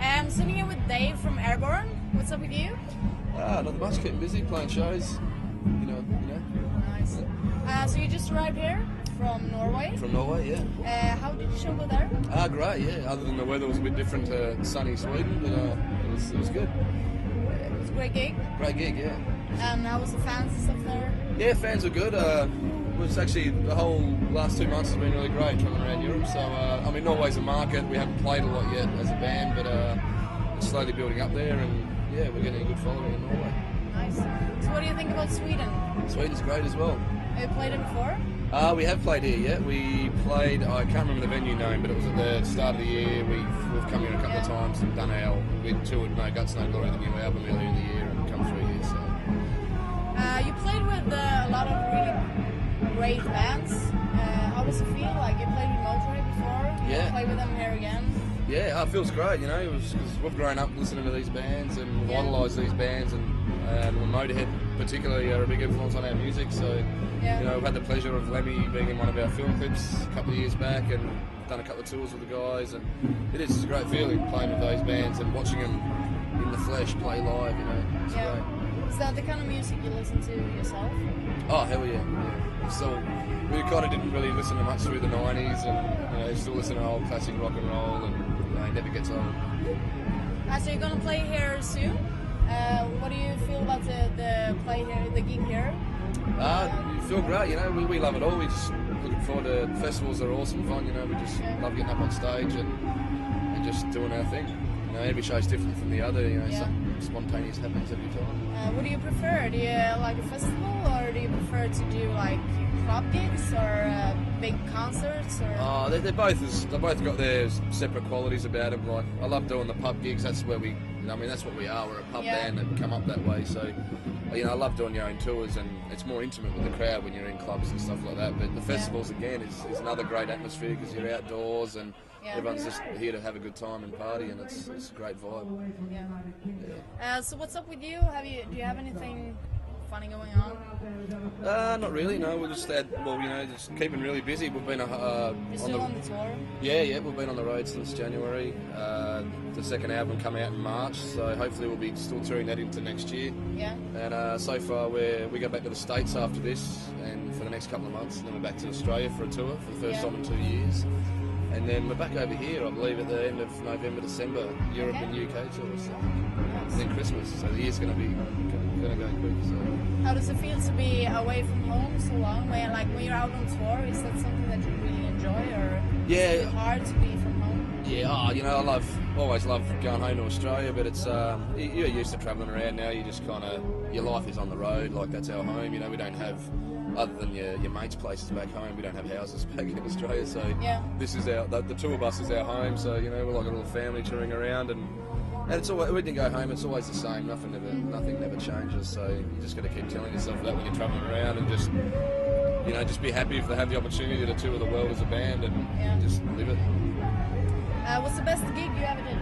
I'm sitting here with Dave from Airborne. What's up with you? Ah, not much. Getting busy playing shows. You know, you know, Nice. Uh, so you just arrived here from Norway. from Norway. Yeah. Uh, how did the show go there? Ah, great. Yeah. Other than the weather was a bit different to sunny Sweden, but uh, it was it was good. It was a great gig. Great gig. Yeah. And how was the fans and stuff there? Yeah, fans were good. Uh, it's actually the whole last two months has been really great coming around Europe. So uh, I mean, Norway's a market. We haven't played a lot yet as a band, but uh, it's slowly building up there, and yeah, we're getting a good following in Norway. Nice. So what do you think about Sweden? Sweden's great as well. Have you played it before? Uh, we have played here, yeah. We played, I can't remember the venue name, but it was at the start of the year. We've, we've come here a couple Yeah. of times and done our, we toured No Guts, No Glory, the new album earlier in the year and come through here. So Uh, you played with uh, a lot of really great bands. Uh, how does it feel? Like you played with Motorhead before. You Yeah. Play with them here again. yeah, it feels great, you know, it was, cause we've grown up listening to these bands and we've Yeah. idolised these bands and, and Motorhead particularly are a big influence on our music. So, Yeah. you know, we've had the pleasure of Lemmy being in one of our film clips a couple of years back and done a couple of tours with the guys and it is a great feeling playing with those bands and watching them in the flesh play live, you know. It's great. Yeah. Is that the kind of music you listen to yourself? Oh hell yeah! yeah. So we kind of didn't really listen to much through the '90s, and you know, still listen to old classic rock and roll, and you know, it never gets old. Uh, so you're gonna play here soon. Uh, what do you feel about the, the play here, the gig here? Uh, you feel great, you know. We, we love it all. We just looking forward to festivals. Are awesome fun, you know. We just Yeah. love getting up on stage and and just doing our thing. You know, every show's different from the other. You know, Yeah. something spontaneous happens every time. Uh, what do you prefer? Do you uh, like a festival, or do you prefer to do like club gigs or uh, big concerts? Or Oh, they're, they're both as, they both got their s- separate qualities about them. Like I love doing the pub gigs. That's where we, I mean, that's what we are. We're a pub Yeah. band that come up that way. So, you know, I love doing your own tours, and it's more intimate with the crowd when you're in clubs and stuff like that. But the festivals again is, is another great atmosphere because you're outdoors and Yeah. everyone's just here to have a good time and party, and it's, it's a great vibe. yeah. Yeah. Uh, so what's up with you? Have you do you have anything funny going on? Uh, not really. No, we're just had, well, you know, just keeping really busy. We've been uh, uh, You're still on the tour. Yeah, yeah, we've been on the road since January. Uh, the second album come out in March, so hopefully we'll be still touring that into next year. Yeah. And uh, so far, we're, we go back to the States after this, and for the next couple of months, and then we're back to Australia for a tour for the first Yeah. time in two years. And then we're back over here, I believe, at the end of November, December, Europe Okay. and UK tours. Nice. And then Christmas, so the year's going to be going to go quick. So. How does it feel to be away from home so long? When like when you're out on tour, is that something that you really enjoy, or is it Yeah, hard to be from home? Yeah, oh, you know, I love always love going home to Australia, but it's um, you- you're used to travelling around now. You just kind of your life is on the road, like that's our home. You know, we don't have other than your, your mates' places back home. We don't have houses back in Australia, so Yeah. this is our the, the tour bus is our home. So you know, we're like a little family touring around, and and it's always we didn't go home. It's always the same. Nothing never nothing never changes. So you just got to keep telling yourself that when you're travelling around, and just you know, just be happy if they have the opportunity to tour the world as a band and Yeah. just live it. Uh, what's the best gig you ever did?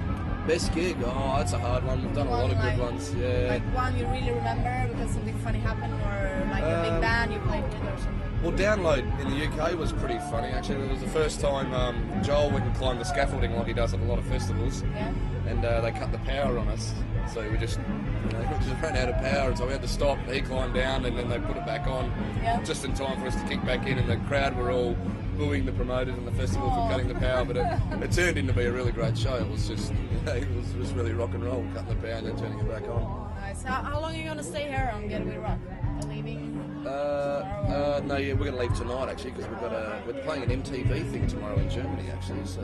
Best gig? Oh, that's a hard one. We've done a lot of Online. good ones. Yeah. Like one you really remember because something funny happened, or like a big Um, band you played with, or something. Well, download in the UK was pretty funny. Actually, it was the first time um, Joel went and climbed the scaffolding like he does at a lot of festivals, Yeah. and uh, they cut the power on us. So we just, you know, we just ran out of power, and so we had to stop. He climbed down, and then they put it back on, Yeah. just in time for us to kick back in. And the crowd were all booing the promoters and the festival Aw. for cutting the power, but it, it turned into be a really great show. It was just, you know, it was just really rock and roll, cutting the power and then turning it back on. Nice. How, how long are you gonna stay here on Getaway Rock? Are leaving? Uh, uh, no, yeah, we're going to leave tonight actually because we've got a we're playing an MTV thing tomorrow in Germany actually, so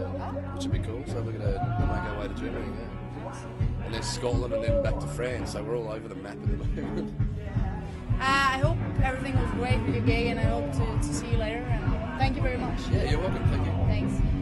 which would be cool. So we're going to we make our way to Germany, yeah. and then Scotland, and then back to France. So we're all over the map at the moment. Uh, I hope everything was great with your gig, and I hope to, to see you later. And thank you very much. yeah, you're welcome. Thank you. Thanks.